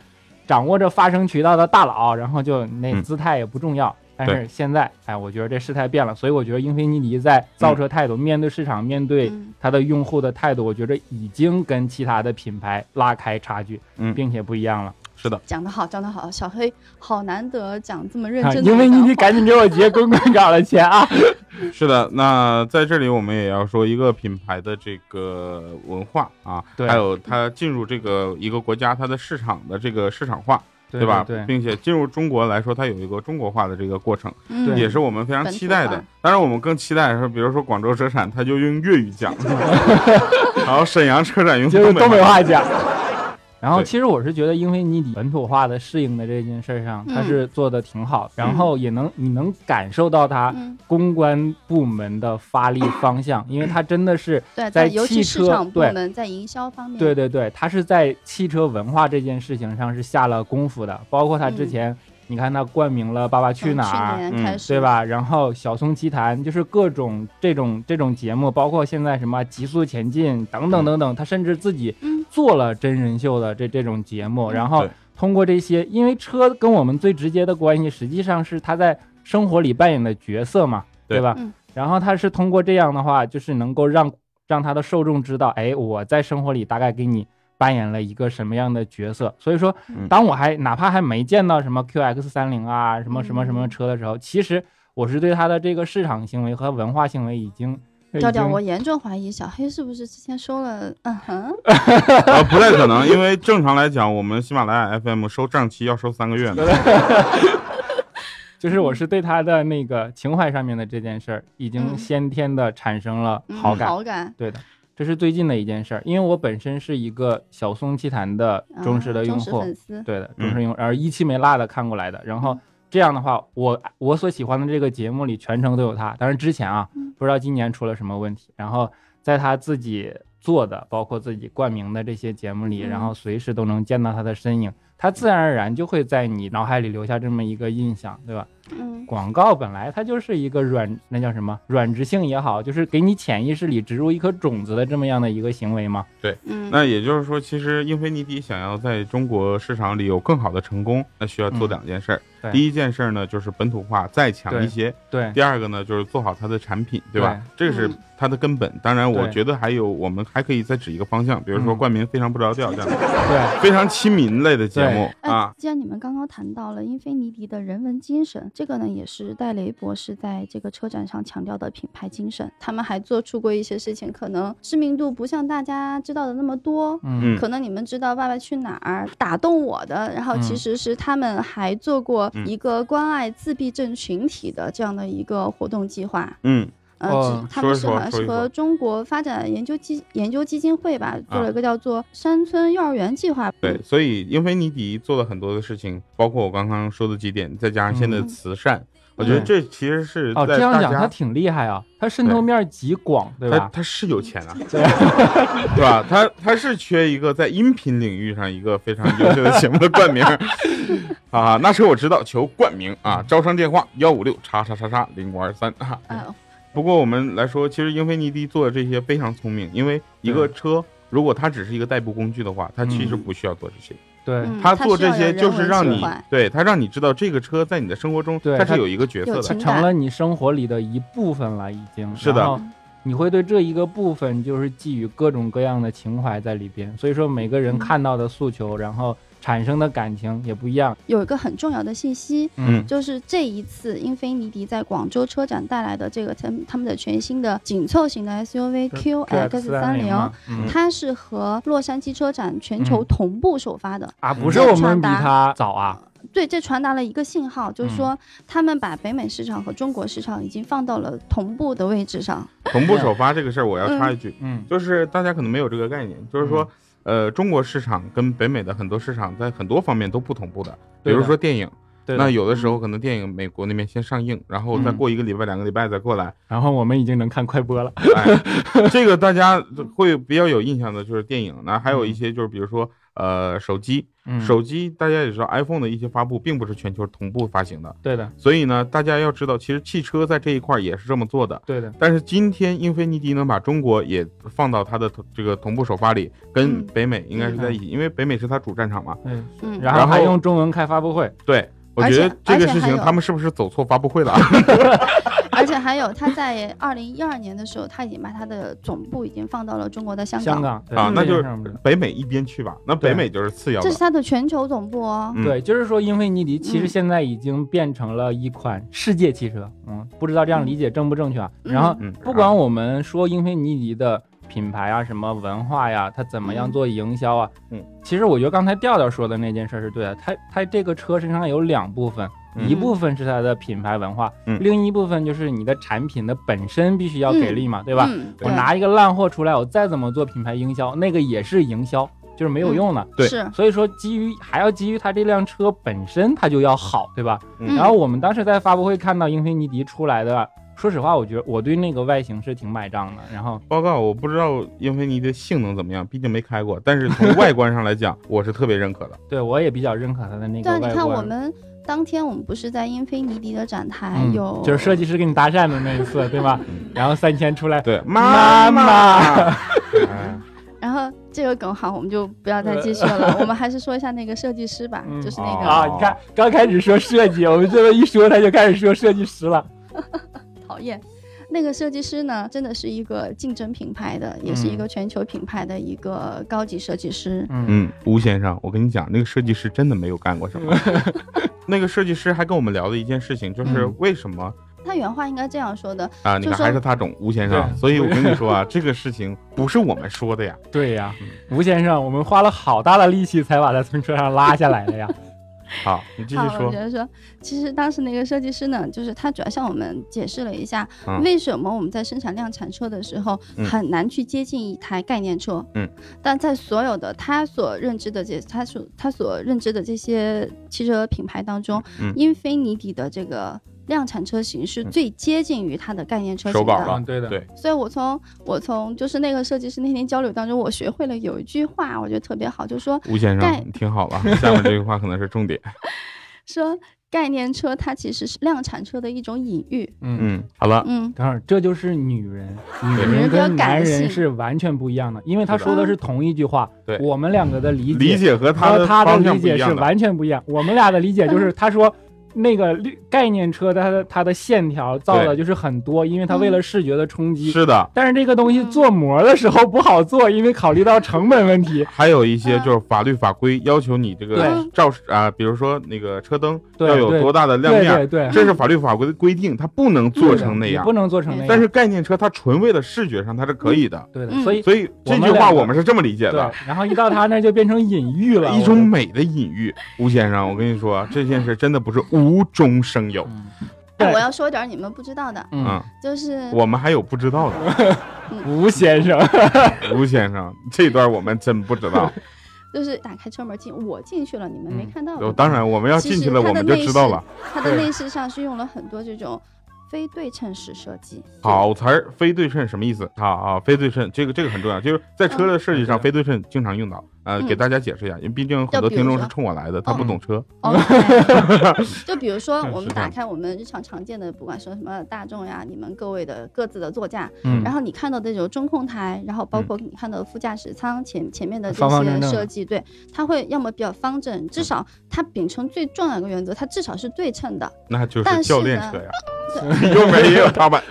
[SPEAKER 3] 掌握着发声渠道的大佬，然后就那
[SPEAKER 1] 嗯
[SPEAKER 3] 姿态也不重要。但
[SPEAKER 1] 对
[SPEAKER 3] 是现在，哎，我觉得这事态变了，所以我觉得英菲尼迪在造车态度、面对市场、面对
[SPEAKER 2] 嗯
[SPEAKER 3] 它的用户的态度，我觉得已经跟其他的品牌拉开差距，
[SPEAKER 1] 嗯
[SPEAKER 3] 并且不一样了。
[SPEAKER 1] 是的，
[SPEAKER 2] 讲得好，讲得好，小黑好难得讲这么认
[SPEAKER 3] 啊
[SPEAKER 2] 真的。
[SPEAKER 3] 英菲尼迪，赶紧给我结滚滚稿的钱啊！
[SPEAKER 1] 是的。那在这里我们也要说一个品牌的这个文化啊，
[SPEAKER 3] 对
[SPEAKER 1] 还有它进入这个一个国家它的市场的这个市场化，对吧？
[SPEAKER 3] 对，
[SPEAKER 1] 并且进入中国来说，它有一个中国化的这个过程。
[SPEAKER 2] 嗯
[SPEAKER 1] 也是我们非常
[SPEAKER 2] 本
[SPEAKER 1] 期
[SPEAKER 2] 土
[SPEAKER 1] 待的
[SPEAKER 2] 化。
[SPEAKER 1] 当然，我们更期待的是，比如说广州车展，他就用粤语 讲；然后沈阳车展用
[SPEAKER 3] 就是东北
[SPEAKER 1] 话。
[SPEAKER 3] 话讲。然后，
[SPEAKER 1] 对
[SPEAKER 3] 其实我是觉得英菲尼迪本土化的适应的这件事儿上，
[SPEAKER 2] 嗯
[SPEAKER 3] 它是做的挺好，然后也能你能感受到它
[SPEAKER 2] 嗯，
[SPEAKER 3] 公关部门的发力方向，因为它真的是，
[SPEAKER 2] 对，
[SPEAKER 3] 在
[SPEAKER 2] 尤
[SPEAKER 3] 汽
[SPEAKER 2] 其市
[SPEAKER 3] 车
[SPEAKER 2] 场部
[SPEAKER 3] 对
[SPEAKER 2] 门在营销方面，
[SPEAKER 3] 对对对，它是在汽车文化这件事情上是下了功夫的，包括它之前你看它冠名了《爸爸嗯哦去哪儿》
[SPEAKER 2] 去
[SPEAKER 1] 嗯
[SPEAKER 2] 年开始，
[SPEAKER 3] 对？吧？然后《小松奇谈》就是各种这种这种节目，包括现在什么《极速前进》等等等等，他甚至自己
[SPEAKER 2] 嗯
[SPEAKER 3] 做了真人秀的这这种节目，
[SPEAKER 2] 嗯
[SPEAKER 3] 然后
[SPEAKER 1] 对
[SPEAKER 3] 通过这些，因为车跟我们最直接的关系，实际上是他在生活里扮演的角色嘛，
[SPEAKER 1] 对
[SPEAKER 3] 对吧
[SPEAKER 2] 嗯？
[SPEAKER 3] 然后他是通过这样的话，就是能够让让他的受众知道，哎，我在生活里大概给你扮演了一个什么样的角色。所以说
[SPEAKER 1] 嗯，
[SPEAKER 3] 当我还哪怕还没见到什么 QX 三零啊，什么什么什么
[SPEAKER 2] 嗯
[SPEAKER 3] 车的时候，其实我是对他的这个市场行为和文化行为已经。呃已
[SPEAKER 2] 调调，
[SPEAKER 3] 经
[SPEAKER 2] 我严重怀疑小黑是不是之前收了？嗯哼，
[SPEAKER 1] 啊，不太可能，因为正常来讲，我们喜马拉雅 FM 收账期要收三个 月呢。
[SPEAKER 3] 就是
[SPEAKER 2] 嗯
[SPEAKER 3] 我是对他的那个情怀上面的这件事儿，已经先天的产生了
[SPEAKER 2] 嗯
[SPEAKER 3] 好感。
[SPEAKER 2] 好感，
[SPEAKER 3] 对的，这是最近的一件事儿，因为我本身是一个小松奇谈的
[SPEAKER 2] 啊
[SPEAKER 3] 忠实的用户，
[SPEAKER 2] 粉丝，
[SPEAKER 3] 对的，
[SPEAKER 1] 嗯
[SPEAKER 3] 忠实用户，而一期没落的看过来的。然后
[SPEAKER 2] 嗯
[SPEAKER 3] 这样的话，我我所喜欢的这个节目里全程都有他，当然之前啊
[SPEAKER 2] 嗯，
[SPEAKER 3] 不知道今年出了什么问题。然后在他自己做的，包括自己冠名的这些节目里，
[SPEAKER 2] 嗯
[SPEAKER 3] 然后随时都能见到他的身影，他自然而然就会在你脑海里留下这么一个印象，对吧？
[SPEAKER 2] 嗯
[SPEAKER 3] 广告本来它就是一个软，那叫什么软质性也好，就是给你潜意识里植入一颗种子的这么样的一个行为嘛。
[SPEAKER 2] 嗯，
[SPEAKER 1] 那也就是说，其实英菲尼迪想要在中国市场里有更好的成功，那需要做
[SPEAKER 3] 嗯
[SPEAKER 1] 两件事儿。
[SPEAKER 3] 对
[SPEAKER 1] 第一件事儿呢，就是本土化再强一
[SPEAKER 3] 对
[SPEAKER 1] 些；
[SPEAKER 3] 对，
[SPEAKER 1] 第二个呢，就是做好它的产品，对吧？这个是
[SPEAKER 2] 嗯
[SPEAKER 1] 它的根本。当然，我
[SPEAKER 3] 对
[SPEAKER 1] 觉得还有我们还可以再指一个方向，比如说
[SPEAKER 3] 嗯
[SPEAKER 1] 冠名非常不着调这样的
[SPEAKER 3] 对，
[SPEAKER 1] 非常亲民类的节目
[SPEAKER 2] 哎
[SPEAKER 1] 啊。
[SPEAKER 2] 既然你们刚刚谈到了英菲尼迪的人文精神，这个呢也是戴雷博士在这个车展上强调的品牌精神。他们还做出过一些事情，可能知名度不像大家知道的那么多。
[SPEAKER 3] 嗯
[SPEAKER 2] 可能你们知道《爸爸去哪儿》打动我的，然后其
[SPEAKER 3] 嗯
[SPEAKER 2] 实是他们还做过
[SPEAKER 1] 嗯
[SPEAKER 2] 一个关爱自闭症群体的这样的一个活动计划。
[SPEAKER 1] 嗯，
[SPEAKER 2] 呃，
[SPEAKER 3] 哦
[SPEAKER 2] 只他们是
[SPEAKER 1] 说一说
[SPEAKER 2] 好像
[SPEAKER 1] 说一
[SPEAKER 2] 是
[SPEAKER 1] 说
[SPEAKER 2] 和中国发展研究基研究基金会吧，做
[SPEAKER 1] 啊
[SPEAKER 2] 了一个叫做“山村幼儿园计划”。
[SPEAKER 3] 嗯
[SPEAKER 1] 对，所以英菲尼迪做了很多的事情，包括我刚刚说的几点，再加上现在的
[SPEAKER 2] 嗯
[SPEAKER 1] 慈善，我觉得这其实是
[SPEAKER 3] 哦，
[SPEAKER 1] 在
[SPEAKER 3] 这样
[SPEAKER 1] 大
[SPEAKER 3] 讲他
[SPEAKER 1] 家。
[SPEAKER 3] 挺厉害啊，他渗透
[SPEAKER 1] 对
[SPEAKER 3] 面极广，对
[SPEAKER 1] 他
[SPEAKER 3] 吧？
[SPEAKER 1] 他是有钱啊，
[SPEAKER 2] 嗯
[SPEAKER 1] 对吧？他他是缺一个在音频领域上一个非常优秀的节目的冠名啊。那车我知道，求冠名啊！招商电话幺五六叉叉叉叉零五二三 啊。
[SPEAKER 2] 哎呦，
[SPEAKER 1] 不过我们来说，其实英菲尼迪做的这些非常聪明，因为一个车如果它只是一个代步工具的话，它其实
[SPEAKER 3] 嗯
[SPEAKER 1] 不需要做这些。
[SPEAKER 3] 对，
[SPEAKER 2] 嗯
[SPEAKER 1] 他
[SPEAKER 2] 它
[SPEAKER 1] 做
[SPEAKER 2] 需要
[SPEAKER 1] 这些
[SPEAKER 2] 有人
[SPEAKER 1] 就是
[SPEAKER 2] 文
[SPEAKER 1] 让
[SPEAKER 2] 情
[SPEAKER 1] 你
[SPEAKER 2] 怀
[SPEAKER 1] 对他让你知道这个车在你的生活中
[SPEAKER 3] 对
[SPEAKER 1] 它是
[SPEAKER 3] 它
[SPEAKER 1] 有一个角
[SPEAKER 2] 有
[SPEAKER 1] 色
[SPEAKER 3] 它
[SPEAKER 1] 的
[SPEAKER 2] 情，
[SPEAKER 3] 成了你生活里的一部分了，已经
[SPEAKER 1] 是的
[SPEAKER 3] 然后你会对这一个部分就是寄予各种各样的情怀在里边，所以说每个人
[SPEAKER 2] 嗯
[SPEAKER 3] 看到的诉求，然后产生的感情也不一样。
[SPEAKER 2] 有一个很重要的信息，
[SPEAKER 1] 嗯
[SPEAKER 2] 就是这一次英菲尼迪在广州车展带来的这个他们他们的全新的紧凑型的 SUV QX 哎三零，
[SPEAKER 3] 嗯
[SPEAKER 2] 它是和洛杉矶车展全球
[SPEAKER 3] 嗯
[SPEAKER 2] 同步首发的。
[SPEAKER 3] 啊，不是我们比他早啊，
[SPEAKER 2] 对，这传达了一个信号，
[SPEAKER 3] 嗯
[SPEAKER 2] 就是说他们把北美市场和中国市场已经放到了同步的位置上。
[SPEAKER 1] 同步首发这个事儿，我要插一句，
[SPEAKER 3] 嗯，
[SPEAKER 1] 就是大家可能没有这个概念，就是说。呃，中国市场跟北美的很多市场在很多方面都不同步的，比
[SPEAKER 3] 对的
[SPEAKER 1] 如说电影，
[SPEAKER 3] 对的。
[SPEAKER 1] 那有的时候可能电影美国那边先上映，然后再
[SPEAKER 3] 嗯
[SPEAKER 1] 过一个礼拜、两个礼拜再过 来。
[SPEAKER 3] 然后我们已经能看快播了，
[SPEAKER 1] 哎，这个大家会比较有印象的就是电影，那还有一些就是比如说呃手机，
[SPEAKER 3] 嗯
[SPEAKER 1] 手机大家也知道，iPhone 的一些发布并不是全球同步发行的，
[SPEAKER 3] 对的，
[SPEAKER 1] 所以呢，大家要知道，其实汽车在这一块儿也是这么做的。
[SPEAKER 3] 对的，
[SPEAKER 1] 但是今天英菲尼迪能把中国也放到它的同这个同步首发里，跟
[SPEAKER 2] 嗯
[SPEAKER 1] 北美应该是在一起，因为北美是它主战场嘛。
[SPEAKER 3] 嗯，
[SPEAKER 2] 嗯，
[SPEAKER 1] 然
[SPEAKER 3] 然后
[SPEAKER 1] 后
[SPEAKER 3] 还用中文开发布会，
[SPEAKER 1] 对，我
[SPEAKER 2] 而
[SPEAKER 1] 觉
[SPEAKER 2] 且
[SPEAKER 1] 得这个事
[SPEAKER 2] 而且还
[SPEAKER 1] 情
[SPEAKER 2] 有
[SPEAKER 1] 他们是不是走错发布会 了？
[SPEAKER 2] 而且还有，他在二零一二年的时候，他已经把他的总部已经放到了中国的香港，
[SPEAKER 3] 香港对
[SPEAKER 1] 啊，那就
[SPEAKER 3] 这件事儿我们
[SPEAKER 1] 是北美一边去吧，那北美就是次要
[SPEAKER 2] 这
[SPEAKER 1] 的
[SPEAKER 2] 是。他的全球总部哦。
[SPEAKER 1] 嗯
[SPEAKER 3] 对，就是说英菲尼迪其实
[SPEAKER 2] 嗯
[SPEAKER 3] 现在已经变成了一款世界汽车，嗯，不知道这样理解正不正确啊。然后
[SPEAKER 1] 嗯，
[SPEAKER 3] 不管我们说英菲尼迪的品牌啊，什么文化呀，它怎么样做营销啊，
[SPEAKER 1] 嗯，
[SPEAKER 3] 其实我觉得刚才调调说的那件事儿是对的，它它这个车身上有两部分。
[SPEAKER 1] 嗯
[SPEAKER 3] 一部分是它的品牌文化，
[SPEAKER 1] 嗯
[SPEAKER 3] 另一部分就是你的产品的本身必须要给力嘛，对吧？
[SPEAKER 2] 嗯、
[SPEAKER 3] 我拿一个烂货出来，我再怎么做品牌营销，那个也是营销，就
[SPEAKER 2] 嗯
[SPEAKER 3] 是没有用的。
[SPEAKER 1] 对
[SPEAKER 2] 是，
[SPEAKER 3] 所以说，基于还要基于它这辆车本身，它就要好，对吧？
[SPEAKER 1] 嗯
[SPEAKER 3] 然后我们当时在发布会看到英菲尼迪出来的，说实话，我觉得我对那个外形是挺买账的。然后，
[SPEAKER 1] 报告，我不知道英菲尼迪的性能怎么样，毕竟没开 过。但是从外观上来讲，我是特别认可的。
[SPEAKER 3] 对我也比较认可它的那
[SPEAKER 2] 对
[SPEAKER 3] 个
[SPEAKER 2] 啊，
[SPEAKER 3] 外
[SPEAKER 2] 你
[SPEAKER 3] 观。
[SPEAKER 2] 看我们当天我们不是在英菲尼迪的展台
[SPEAKER 3] 嗯
[SPEAKER 2] 有，
[SPEAKER 3] 就是设计师给你搭讪的那一次，对吧？然后三千出来，
[SPEAKER 1] 对，
[SPEAKER 3] 妈
[SPEAKER 1] 妈， 哎
[SPEAKER 2] 然后这个梗好，我们就不要再继续了，我们还是说一下那个设计师吧，
[SPEAKER 3] 嗯
[SPEAKER 2] 就是那个、
[SPEAKER 3] 啊，你看刚开始说设计，我们这么一说他就开始说设计师了。
[SPEAKER 2] 讨厌。那个设计师呢，真的是一个竞争品牌的，也是一个全球品牌的一个高级设计师。
[SPEAKER 3] 嗯
[SPEAKER 1] 嗯，吴先生，我跟你讲，那个设计师真的没有干过什 么。那个设计师还跟我们聊的一件事情，就是
[SPEAKER 3] 嗯
[SPEAKER 1] 为什么
[SPEAKER 2] 他原话应该这样说的，
[SPEAKER 1] 啊？你
[SPEAKER 2] 就
[SPEAKER 1] 看
[SPEAKER 2] 说
[SPEAKER 1] 还是他懂，吴先生。
[SPEAKER 3] 对
[SPEAKER 1] 所以我跟你说啊，这个事情不是我们说的呀。
[SPEAKER 3] 对呀、吴先生，我们花了好大的力气才把他从车上拉下来的呀。
[SPEAKER 1] 好，你继续
[SPEAKER 2] 好，我
[SPEAKER 1] 说
[SPEAKER 2] 觉。得说，其实当时那个设计师呢，就是他主要向我们解释了一下，
[SPEAKER 1] 嗯
[SPEAKER 2] 为什么我们在生产量产车的时候
[SPEAKER 1] 嗯
[SPEAKER 2] 很难去接近一台概念车。
[SPEAKER 1] 嗯，
[SPEAKER 2] 但在所有的他所认知的这他所他所认知的这些汽车品牌当中，
[SPEAKER 1] 嗯
[SPEAKER 2] 英菲尼迪的这个。量产车型是最接近于它的概念车
[SPEAKER 1] 手
[SPEAKER 2] 型
[SPEAKER 1] 稿吧
[SPEAKER 2] 的，
[SPEAKER 3] 嗯，对的，
[SPEAKER 1] 对
[SPEAKER 2] 所以我从我从就是那个设计师那天交流当中，我学会了有一句话，我觉得特别好，就是说
[SPEAKER 1] 吴先
[SPEAKER 2] 盖
[SPEAKER 1] 生，你听好了，下面这句话可能是重点。
[SPEAKER 2] 说概念车它其实是量产车的一种隐喻。
[SPEAKER 3] 嗯。
[SPEAKER 1] 嗯，好了，
[SPEAKER 2] 嗯，
[SPEAKER 3] 等会儿，这就是女 人，女
[SPEAKER 1] 对
[SPEAKER 3] 人
[SPEAKER 2] 比较
[SPEAKER 3] 跟男
[SPEAKER 2] 感
[SPEAKER 3] 人
[SPEAKER 2] 性
[SPEAKER 3] 是完全不一样的，因为他
[SPEAKER 1] 是
[SPEAKER 2] 的
[SPEAKER 3] 说的是同一句话，
[SPEAKER 1] 对
[SPEAKER 3] 我们两个的理
[SPEAKER 1] 理解和他
[SPEAKER 3] 和
[SPEAKER 1] 的
[SPEAKER 3] 他的
[SPEAKER 1] 方向
[SPEAKER 3] 理
[SPEAKER 1] 不一
[SPEAKER 3] 解是
[SPEAKER 1] 样的。
[SPEAKER 3] 完全不一样。我们俩的理解 就是，他说那个绿概念车它的它的线条造的
[SPEAKER 1] 对
[SPEAKER 3] 就是很多，因为它为
[SPEAKER 2] 嗯
[SPEAKER 3] 了视觉的冲击。
[SPEAKER 1] 是的，
[SPEAKER 3] 但是这个东西做模的时候不好做，因为考虑到成本问题。
[SPEAKER 1] 还有一
[SPEAKER 2] 嗯
[SPEAKER 1] 些就是法律法规要求你这个
[SPEAKER 2] 对
[SPEAKER 1] 照啊，比如说那个车灯
[SPEAKER 3] 对
[SPEAKER 1] 要有
[SPEAKER 3] 对
[SPEAKER 1] 多大的亮
[SPEAKER 3] 对
[SPEAKER 1] 面，
[SPEAKER 3] 对对，
[SPEAKER 1] 这是法律法规的规定，它不能做成那
[SPEAKER 3] 你
[SPEAKER 1] 样
[SPEAKER 3] 不。能做成那样。
[SPEAKER 1] 但是概念车它纯为了视觉上它是可以的，
[SPEAKER 3] 对的，
[SPEAKER 2] 嗯
[SPEAKER 3] 所以
[SPEAKER 1] 所以这句话我们是这么理解
[SPEAKER 3] 对
[SPEAKER 1] 的，，
[SPEAKER 3] 然后一到他那儿就变成隐喻了，
[SPEAKER 1] 一
[SPEAKER 3] 我
[SPEAKER 1] 种美的隐喻。吴先
[SPEAKER 2] 嗯
[SPEAKER 1] 生，我跟你说，这件事真的不是无中生有，
[SPEAKER 3] 嗯
[SPEAKER 2] 哎
[SPEAKER 3] 对
[SPEAKER 2] 我要说点儿你们不知道的，
[SPEAKER 1] 嗯
[SPEAKER 3] 嗯，，
[SPEAKER 2] 就是
[SPEAKER 1] 我们还有不知道的，
[SPEAKER 3] 吴 先生，
[SPEAKER 1] 吴先生 这段我们真不知道。
[SPEAKER 2] 就是打开车门进，我进去了，你们没
[SPEAKER 3] 嗯
[SPEAKER 2] 看到
[SPEAKER 1] 呃
[SPEAKER 2] 我。
[SPEAKER 1] 当然，我们要进去了，
[SPEAKER 2] 其实
[SPEAKER 1] 我
[SPEAKER 2] 它的
[SPEAKER 1] 们就知道了。
[SPEAKER 2] 它的
[SPEAKER 3] 对
[SPEAKER 2] 内饰上是用了很多这种非对称式设计。
[SPEAKER 1] 好词儿，非对称什么意思？啊啊，非对称这个这个很重要，就是在车的设计上，
[SPEAKER 3] 嗯
[SPEAKER 1] 非对称经常用到。呃，
[SPEAKER 2] 嗯
[SPEAKER 1] 给大家解释一下，因为毕竟很
[SPEAKER 2] 就
[SPEAKER 1] 多
[SPEAKER 2] 比
[SPEAKER 1] 听
[SPEAKER 2] 如
[SPEAKER 1] 众是
[SPEAKER 2] 说嗯
[SPEAKER 1] 冲我来的，他不懂车。
[SPEAKER 2] OK，就 比如说
[SPEAKER 3] 嗯
[SPEAKER 2] 我们
[SPEAKER 1] 是这样
[SPEAKER 2] 打开我们日常常见的，不管说什么大众呀，你们各位的各自的座驾，
[SPEAKER 3] 嗯
[SPEAKER 2] 然后你看到的这种中控台，然后包括你看到的副驾驶舱前前面的这
[SPEAKER 3] 方方正嗯
[SPEAKER 2] 些
[SPEAKER 3] 正
[SPEAKER 2] 设计，对，它会要么比较方正，至少它秉承最重要的一个原则，它至少是对称的。
[SPEAKER 1] 那就
[SPEAKER 2] 但
[SPEAKER 1] 是
[SPEAKER 2] 是
[SPEAKER 1] 教练
[SPEAKER 2] 呢
[SPEAKER 1] 车 呀， 又没也有踏板。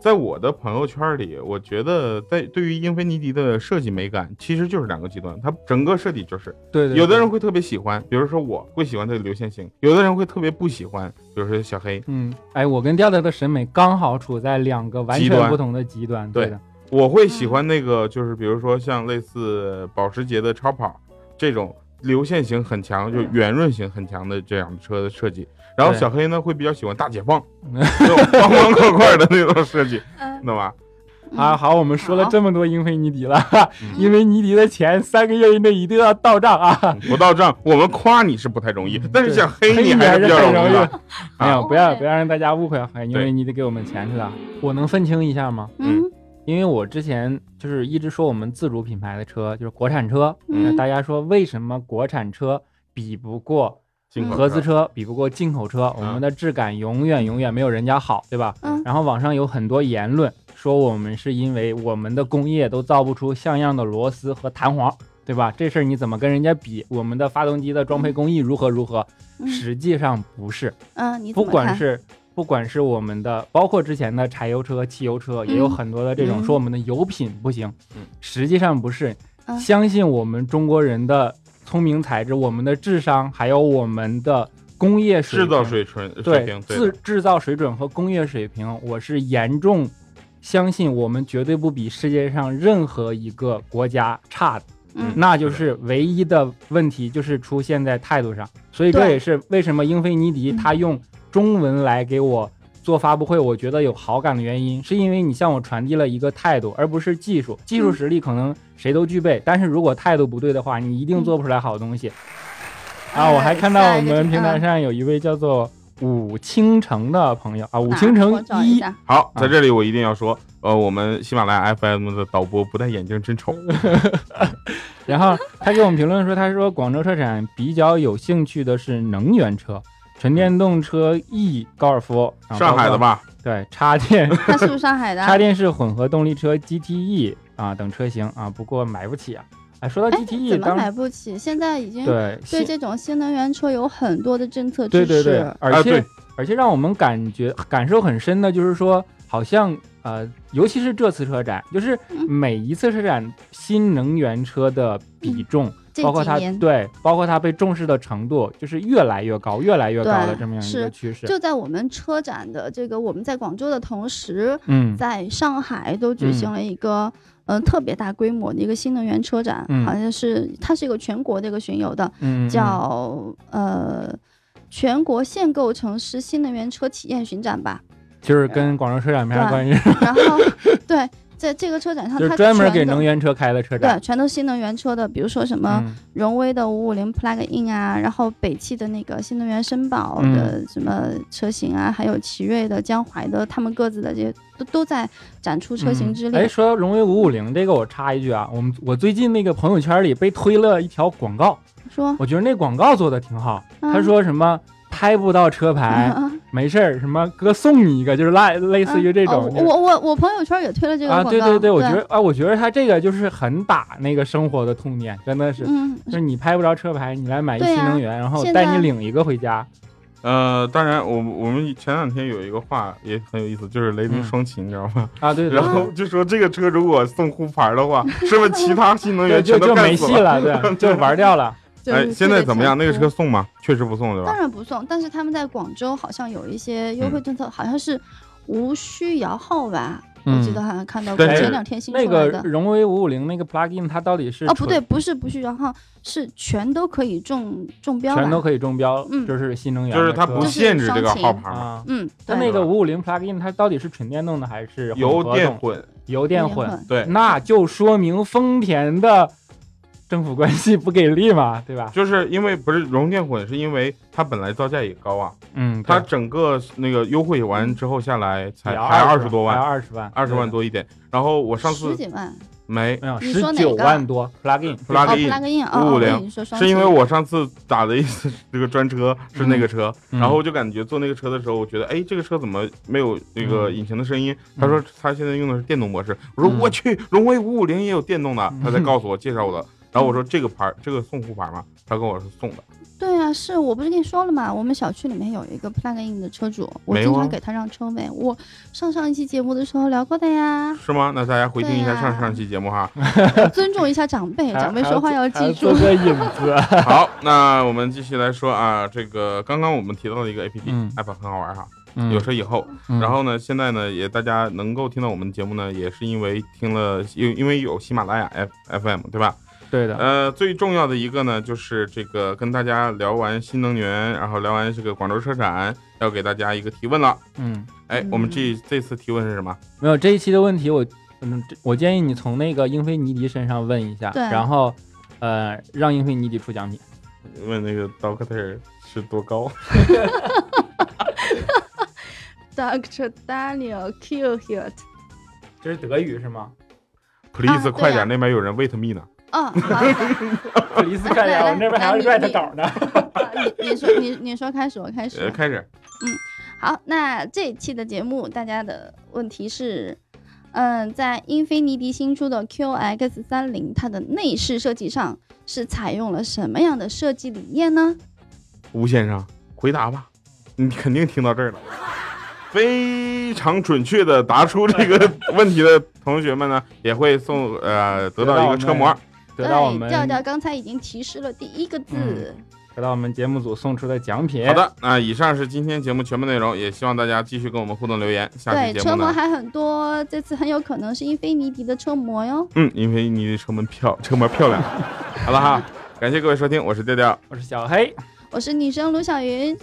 [SPEAKER 1] 在我的朋友圈里，我觉得在对于英菲尼迪的设计美感，其实就是两个极端。它整个设计就是，
[SPEAKER 3] 对对，
[SPEAKER 1] 有的人会特别喜欢，比如说我会喜欢它的流线型；有的人会特别不喜欢，比如说小黑。
[SPEAKER 3] 嗯，哎，我跟调调的审美刚好处在两个完
[SPEAKER 1] 极端
[SPEAKER 3] 全不同的极端，
[SPEAKER 1] 对
[SPEAKER 3] 的，
[SPEAKER 1] 我会喜
[SPEAKER 2] 嗯
[SPEAKER 1] 欢那个，就是比如说像类似保时捷的超跑这种流线型很强，就圆润型很强的这样的车的设计。然后
[SPEAKER 3] 对
[SPEAKER 1] 小黑呢会比较喜欢大解 放，那种方方块块的那种设计，
[SPEAKER 2] 嗯
[SPEAKER 1] 懂吧？
[SPEAKER 3] 啊，好，我们说了
[SPEAKER 2] 好
[SPEAKER 3] 这么多英菲尼迪了，哈哈
[SPEAKER 1] 嗯
[SPEAKER 3] 英菲尼迪的钱三个月以内一定要到账啊！
[SPEAKER 1] 不到账，我们夸你是不太容易，但是想黑
[SPEAKER 3] 嗯黑
[SPEAKER 1] 你
[SPEAKER 3] 你
[SPEAKER 1] 还
[SPEAKER 3] 还
[SPEAKER 1] 是比较
[SPEAKER 3] 很
[SPEAKER 1] 容易的。。
[SPEAKER 3] 易没有，
[SPEAKER 2] 啊
[SPEAKER 3] 哎不要不要让大家误会啊，英
[SPEAKER 1] 对
[SPEAKER 3] 菲尼迪给我们钱是吧？我能分清一下吗？
[SPEAKER 2] 嗯
[SPEAKER 3] 因为我之前就是一直说我们自主品牌的车就是国产车，那
[SPEAKER 2] 嗯
[SPEAKER 3] 大家说为什么国产车比不过
[SPEAKER 1] 进口
[SPEAKER 3] 合资车，比不过进口车，我
[SPEAKER 1] 嗯
[SPEAKER 3] 们的质感永远永远没有人家好，对吧？
[SPEAKER 2] 嗯
[SPEAKER 3] 然后网上有很多言论说我们是因为我们的工业都造不出像样的螺丝和弹簧，对吧？这事儿你怎么跟人家比？我们的发动机的装配工艺如何如何？
[SPEAKER 2] 嗯
[SPEAKER 3] 实际上不是，
[SPEAKER 2] 嗯，你怎
[SPEAKER 3] 不
[SPEAKER 2] 么
[SPEAKER 3] 管
[SPEAKER 2] 看？
[SPEAKER 3] 是不管是我们的，包括之前的柴油车、汽油车，也有
[SPEAKER 2] 嗯
[SPEAKER 3] 很多的这种
[SPEAKER 2] 嗯
[SPEAKER 3] 说我们的油品不行
[SPEAKER 1] 嗯，
[SPEAKER 3] 实际上不是
[SPEAKER 2] 嗯。
[SPEAKER 3] 相信我们中国人的聪明才智、我们的智商，还有我们的工业水
[SPEAKER 1] 制造
[SPEAKER 3] 平
[SPEAKER 1] 水准水
[SPEAKER 3] 对
[SPEAKER 1] 平，
[SPEAKER 3] 制
[SPEAKER 1] 对的，
[SPEAKER 3] 制造水准和工业水平，我是严重相信我们绝对不比世界上任何一个国家差的。
[SPEAKER 2] 嗯
[SPEAKER 3] 那就是唯一的问题就是出现在态度上，所以这
[SPEAKER 2] 对
[SPEAKER 3] 也是为什么英菲尼迪
[SPEAKER 2] 嗯
[SPEAKER 3] 它用中文来给我做发布会，我觉得有好感的原因，是因为你向我传递了一个态度，而不是技术。技术
[SPEAKER 2] 嗯
[SPEAKER 3] 实力可能谁都具备，但是如果态度不对
[SPEAKER 2] 嗯
[SPEAKER 3] 的
[SPEAKER 2] 哎嗯
[SPEAKER 3] 话，你一定做不出来好东西。啊，我还看到我们平台上有一位叫做武清城的朋友啊，武
[SPEAKER 2] 哪
[SPEAKER 3] 清
[SPEAKER 2] 我
[SPEAKER 3] 城
[SPEAKER 2] 找一
[SPEAKER 3] 一
[SPEAKER 2] 下，
[SPEAKER 1] 好，
[SPEAKER 3] 啊
[SPEAKER 1] 在这里我一定要说，呃，我们喜马拉雅 FM 的导播不戴眼镜真 丑。
[SPEAKER 3] 然后他给我们评论说，他说广州车展比较有兴趣的是能源车、纯电动车 E 高尔夫，然后
[SPEAKER 1] 上海的
[SPEAKER 3] 包括？
[SPEAKER 1] 吧？
[SPEAKER 3] 对，插电
[SPEAKER 2] 他是不是上海 的啊？
[SPEAKER 3] 插电式混合动力车 GTE 啊等车型啊，不过买不起啊。哎，说到
[SPEAKER 2] 哎，
[SPEAKER 3] GTE，
[SPEAKER 2] 怎么
[SPEAKER 3] 当
[SPEAKER 2] 买不起？现在已经
[SPEAKER 3] 对
[SPEAKER 2] 对 E
[SPEAKER 3] 新
[SPEAKER 2] 这种新能源车有很多的政策
[SPEAKER 3] 对
[SPEAKER 2] 支持。
[SPEAKER 3] 对对，而
[SPEAKER 1] 啊
[SPEAKER 3] 且、
[SPEAKER 1] 对
[SPEAKER 3] 而且让我们感觉感受很深的就是说，好像呃，尤其是这次车展，就是
[SPEAKER 2] 嗯
[SPEAKER 3] 每一次车展新能源车的比重。包括
[SPEAKER 2] 嗯这几
[SPEAKER 3] 它
[SPEAKER 2] 年
[SPEAKER 3] 对，包括它被重视的程度，就是越来越高，越来越高的
[SPEAKER 2] 对
[SPEAKER 3] 这么样一个
[SPEAKER 2] 是
[SPEAKER 3] 趋势。
[SPEAKER 2] 就在我们车展的这个，我们在广州的同时，
[SPEAKER 3] 嗯，
[SPEAKER 2] 在上海都举行了一个。嗯，特别大规模的一个新能源车展，
[SPEAKER 3] 嗯
[SPEAKER 2] 好像是它是一个全国的一个巡游的，
[SPEAKER 3] 嗯嗯
[SPEAKER 2] 叫呃全国限购城市新能源车体验巡展吧。
[SPEAKER 3] 就是跟广州车展没啥
[SPEAKER 2] 对
[SPEAKER 3] 关系，
[SPEAKER 2] 然 后对，在这个车展上，
[SPEAKER 3] 就
[SPEAKER 2] 它
[SPEAKER 3] 是专门
[SPEAKER 2] 全
[SPEAKER 3] 给
[SPEAKER 2] 都
[SPEAKER 3] 能源车开的车展
[SPEAKER 2] 对。全都是新能源车的，比如说什么
[SPEAKER 3] 嗯
[SPEAKER 2] 荣威的五五零 Plug In 啊，然后北汽的那个新能源绅宝的
[SPEAKER 3] 嗯
[SPEAKER 2] 什么车型啊，还有奇瑞的、江淮的，他们各自的这些都都在展出车型之
[SPEAKER 3] 哎、
[SPEAKER 2] 列。
[SPEAKER 3] 说到荣威五五零这个，我插一句啊，我们我最近那个朋友圈里被推了一条广告，
[SPEAKER 2] 说
[SPEAKER 3] 我觉得那广告做的挺好。
[SPEAKER 2] 嗯
[SPEAKER 3] 他说什么拍不到车牌、
[SPEAKER 2] 嗯
[SPEAKER 3] 没事儿，什么哥送你一个，就是类类似于这种。
[SPEAKER 2] 哦我我我朋友圈也推了这个
[SPEAKER 3] 啊，
[SPEAKER 2] 广告。
[SPEAKER 3] 对对对，我觉得啊，我觉得他这个就是很打那个生活的痛点，真的是。
[SPEAKER 2] 嗯，
[SPEAKER 3] 就是你拍不着车牌，你来买一
[SPEAKER 2] 对啊
[SPEAKER 3] 新
[SPEAKER 2] 呀
[SPEAKER 3] 能源，然后
[SPEAKER 2] 现
[SPEAKER 3] 带
[SPEAKER 2] 在
[SPEAKER 3] 你领一个回家。
[SPEAKER 1] 呃，当然，我们我们前两天有一个话也很有意思，就是雷凌
[SPEAKER 3] 嗯
[SPEAKER 1] 双擎，你知道吗？
[SPEAKER 3] 啊，对对
[SPEAKER 1] 然后就说这个车如果送沪牌的话，是不是其 他新能
[SPEAKER 3] 对，
[SPEAKER 1] 源
[SPEAKER 3] 就
[SPEAKER 1] 全都
[SPEAKER 3] 就没
[SPEAKER 1] 干死
[SPEAKER 3] 戏？了，对，就玩掉了。
[SPEAKER 2] 就是
[SPEAKER 1] 哎，
[SPEAKER 2] 这
[SPEAKER 1] 现
[SPEAKER 2] 个
[SPEAKER 1] 在怎么样？那个
[SPEAKER 2] 展
[SPEAKER 1] 车
[SPEAKER 2] 出
[SPEAKER 1] 送吗？确实不送，对
[SPEAKER 2] 嗯当
[SPEAKER 1] 吧？嗯
[SPEAKER 2] 然不送，但是他们在广州好像有一些优惠政策，好像是无需摇号吧？我记得好像看到过，
[SPEAKER 1] 但是
[SPEAKER 2] 前两天新出
[SPEAKER 3] 嗯那
[SPEAKER 2] 来
[SPEAKER 3] 个
[SPEAKER 2] 的。
[SPEAKER 3] 荣威五五零那个 plug-in，它到底是
[SPEAKER 2] 哦，不对，
[SPEAKER 3] 纯，
[SPEAKER 2] 不是不是摇号，是全都可以中中标吧，
[SPEAKER 3] 全都可以中标，
[SPEAKER 2] 嗯
[SPEAKER 3] 就是新能源
[SPEAKER 1] 就
[SPEAKER 3] 的车，
[SPEAKER 1] 是它不
[SPEAKER 2] 就是
[SPEAKER 1] 限制这个
[SPEAKER 2] 双擎
[SPEAKER 1] 号牌嘛，
[SPEAKER 3] 啊。
[SPEAKER 2] 嗯，
[SPEAKER 3] 它
[SPEAKER 2] 对，
[SPEAKER 3] 那个五五零 plug-in，它到底是纯电动的还是混合
[SPEAKER 1] 油电
[SPEAKER 3] 动
[SPEAKER 1] 混。
[SPEAKER 3] 油
[SPEAKER 2] 有
[SPEAKER 3] 电
[SPEAKER 2] 点
[SPEAKER 3] 混？
[SPEAKER 2] 混，
[SPEAKER 1] 对，
[SPEAKER 3] 那就说明丰田的政府关系不给力嘛， 对吧？
[SPEAKER 1] 就是因为不是融电混，是因为它本来造价也高啊，
[SPEAKER 3] 嗯，
[SPEAKER 1] 它
[SPEAKER 3] 对
[SPEAKER 1] 整个那个优惠完之后下来才
[SPEAKER 3] 也要
[SPEAKER 1] 还二
[SPEAKER 3] 20
[SPEAKER 1] 十多
[SPEAKER 3] 还
[SPEAKER 1] 万，
[SPEAKER 3] 二十万，
[SPEAKER 1] 二十万多一点。然后我上
[SPEAKER 2] 十
[SPEAKER 1] 次
[SPEAKER 2] 几万，
[SPEAKER 1] 没
[SPEAKER 3] 对，没有
[SPEAKER 2] 你
[SPEAKER 3] 十
[SPEAKER 2] 说哪
[SPEAKER 3] 九
[SPEAKER 2] 个
[SPEAKER 3] 万多 plug-in
[SPEAKER 1] 不拉
[SPEAKER 2] 哦
[SPEAKER 1] 个
[SPEAKER 2] 不
[SPEAKER 1] 印，
[SPEAKER 2] 拉个印哦，
[SPEAKER 1] 550
[SPEAKER 2] 哦你说双
[SPEAKER 1] 是因为
[SPEAKER 2] 擎
[SPEAKER 1] 我上次打的一次这个专车是那个车，
[SPEAKER 3] 嗯
[SPEAKER 1] 然后我就感觉坐那个车的时候，我觉得哎，这个车怎么没有那个
[SPEAKER 3] 嗯
[SPEAKER 1] 引擎的声音？
[SPEAKER 3] 嗯
[SPEAKER 1] 他说他现在用的是电动模式。我说
[SPEAKER 3] 嗯
[SPEAKER 1] 我去，荣威五五零也有电动的
[SPEAKER 3] 嗯，
[SPEAKER 1] 他才告诉我介绍我的。然后我说这个牌儿这个送沪牌嘛，他跟我说送的，
[SPEAKER 2] 对啊，是我不是跟你说了嘛，我们小区里面有一个 plug in 的车主，我
[SPEAKER 1] 没
[SPEAKER 2] 经
[SPEAKER 1] 有啊
[SPEAKER 2] 常给他让车位，我上上一期节目的时候聊过 的呀，
[SPEAKER 1] 是吗？那大家回听一下
[SPEAKER 2] 对呀啊
[SPEAKER 1] 上上期节目哈。
[SPEAKER 2] 尊重一下长辈，
[SPEAKER 3] 还
[SPEAKER 2] 长辈说话要
[SPEAKER 3] 还
[SPEAKER 2] 记
[SPEAKER 3] 做
[SPEAKER 2] 住，
[SPEAKER 3] 个引子。
[SPEAKER 1] 好，那我们继续来说啊，这个刚刚我们提到的一个 A P P
[SPEAKER 3] 嗯
[SPEAKER 1] app 很好玩哈，
[SPEAKER 3] 嗯
[SPEAKER 1] 有车以后，
[SPEAKER 3] 嗯
[SPEAKER 1] 然后呢，现在呢也大家能够听到我们节目呢，也是因为听了，因因为有喜马拉雅 F F M 对吧？
[SPEAKER 3] 对的，
[SPEAKER 1] 呃，最重要的一个呢，就是这个跟大家聊完新能源，然后聊完这个广州车展，要给大家一个提问了。
[SPEAKER 3] 嗯，
[SPEAKER 1] 哎，我们这这次提问是什么？
[SPEAKER 3] 没有这一期的问题我，嗯，这我建议你从那个英菲尼迪身上问一下，
[SPEAKER 2] 对
[SPEAKER 3] 然后呃，让英菲尼迪出奖品。
[SPEAKER 1] 问那个 Doctor 是多
[SPEAKER 3] 啊
[SPEAKER 1] 高？
[SPEAKER 2] Dr. Daniel Q Hilt。
[SPEAKER 3] 这是德语是 吗？
[SPEAKER 2] 啊对
[SPEAKER 1] Please，
[SPEAKER 2] 呀
[SPEAKER 1] 快点，那边有人 wait me 呢。
[SPEAKER 2] 哦，好的，
[SPEAKER 3] 克里斯看一
[SPEAKER 2] 来
[SPEAKER 3] 下，
[SPEAKER 2] 来
[SPEAKER 3] 我这边还
[SPEAKER 2] 来
[SPEAKER 3] 要
[SPEAKER 2] 你
[SPEAKER 3] write
[SPEAKER 2] 你
[SPEAKER 3] 稿呢。
[SPEAKER 2] 啊你你说你你说开始，我开
[SPEAKER 1] 呃，
[SPEAKER 2] 始。
[SPEAKER 1] 开始。
[SPEAKER 2] 好，那这一期的节目，大家的问题是，嗯，在英菲尼迪新出的 QX 3 0它的内饰设计上是采用了什么样的设计理念呢？
[SPEAKER 1] 吴先生，回答吧，你肯定听到这儿了。非常准确的答出这个问题的同学们呢，也会送呃得到一个车模。
[SPEAKER 3] 得到我
[SPEAKER 2] 对，调
[SPEAKER 3] 们
[SPEAKER 2] 调刚才已经提示了第一个
[SPEAKER 1] 嗯
[SPEAKER 2] 字，
[SPEAKER 3] 得到我们节目组送出的奖品。
[SPEAKER 1] 好，的，那以上是今天节目全部内容，也希望大家继续跟我们互动留言。下期
[SPEAKER 2] 对，
[SPEAKER 1] 节
[SPEAKER 2] 车
[SPEAKER 1] 目
[SPEAKER 2] 模
[SPEAKER 1] 呢，
[SPEAKER 2] 还很多，这次很有可能是英菲尼迪的车模哟。
[SPEAKER 1] 嗯，因为你的车门漂车模漂 亮。好了哈，感谢各位收听，我是调调，
[SPEAKER 3] 我是小黑，
[SPEAKER 2] 我是女生卢小云，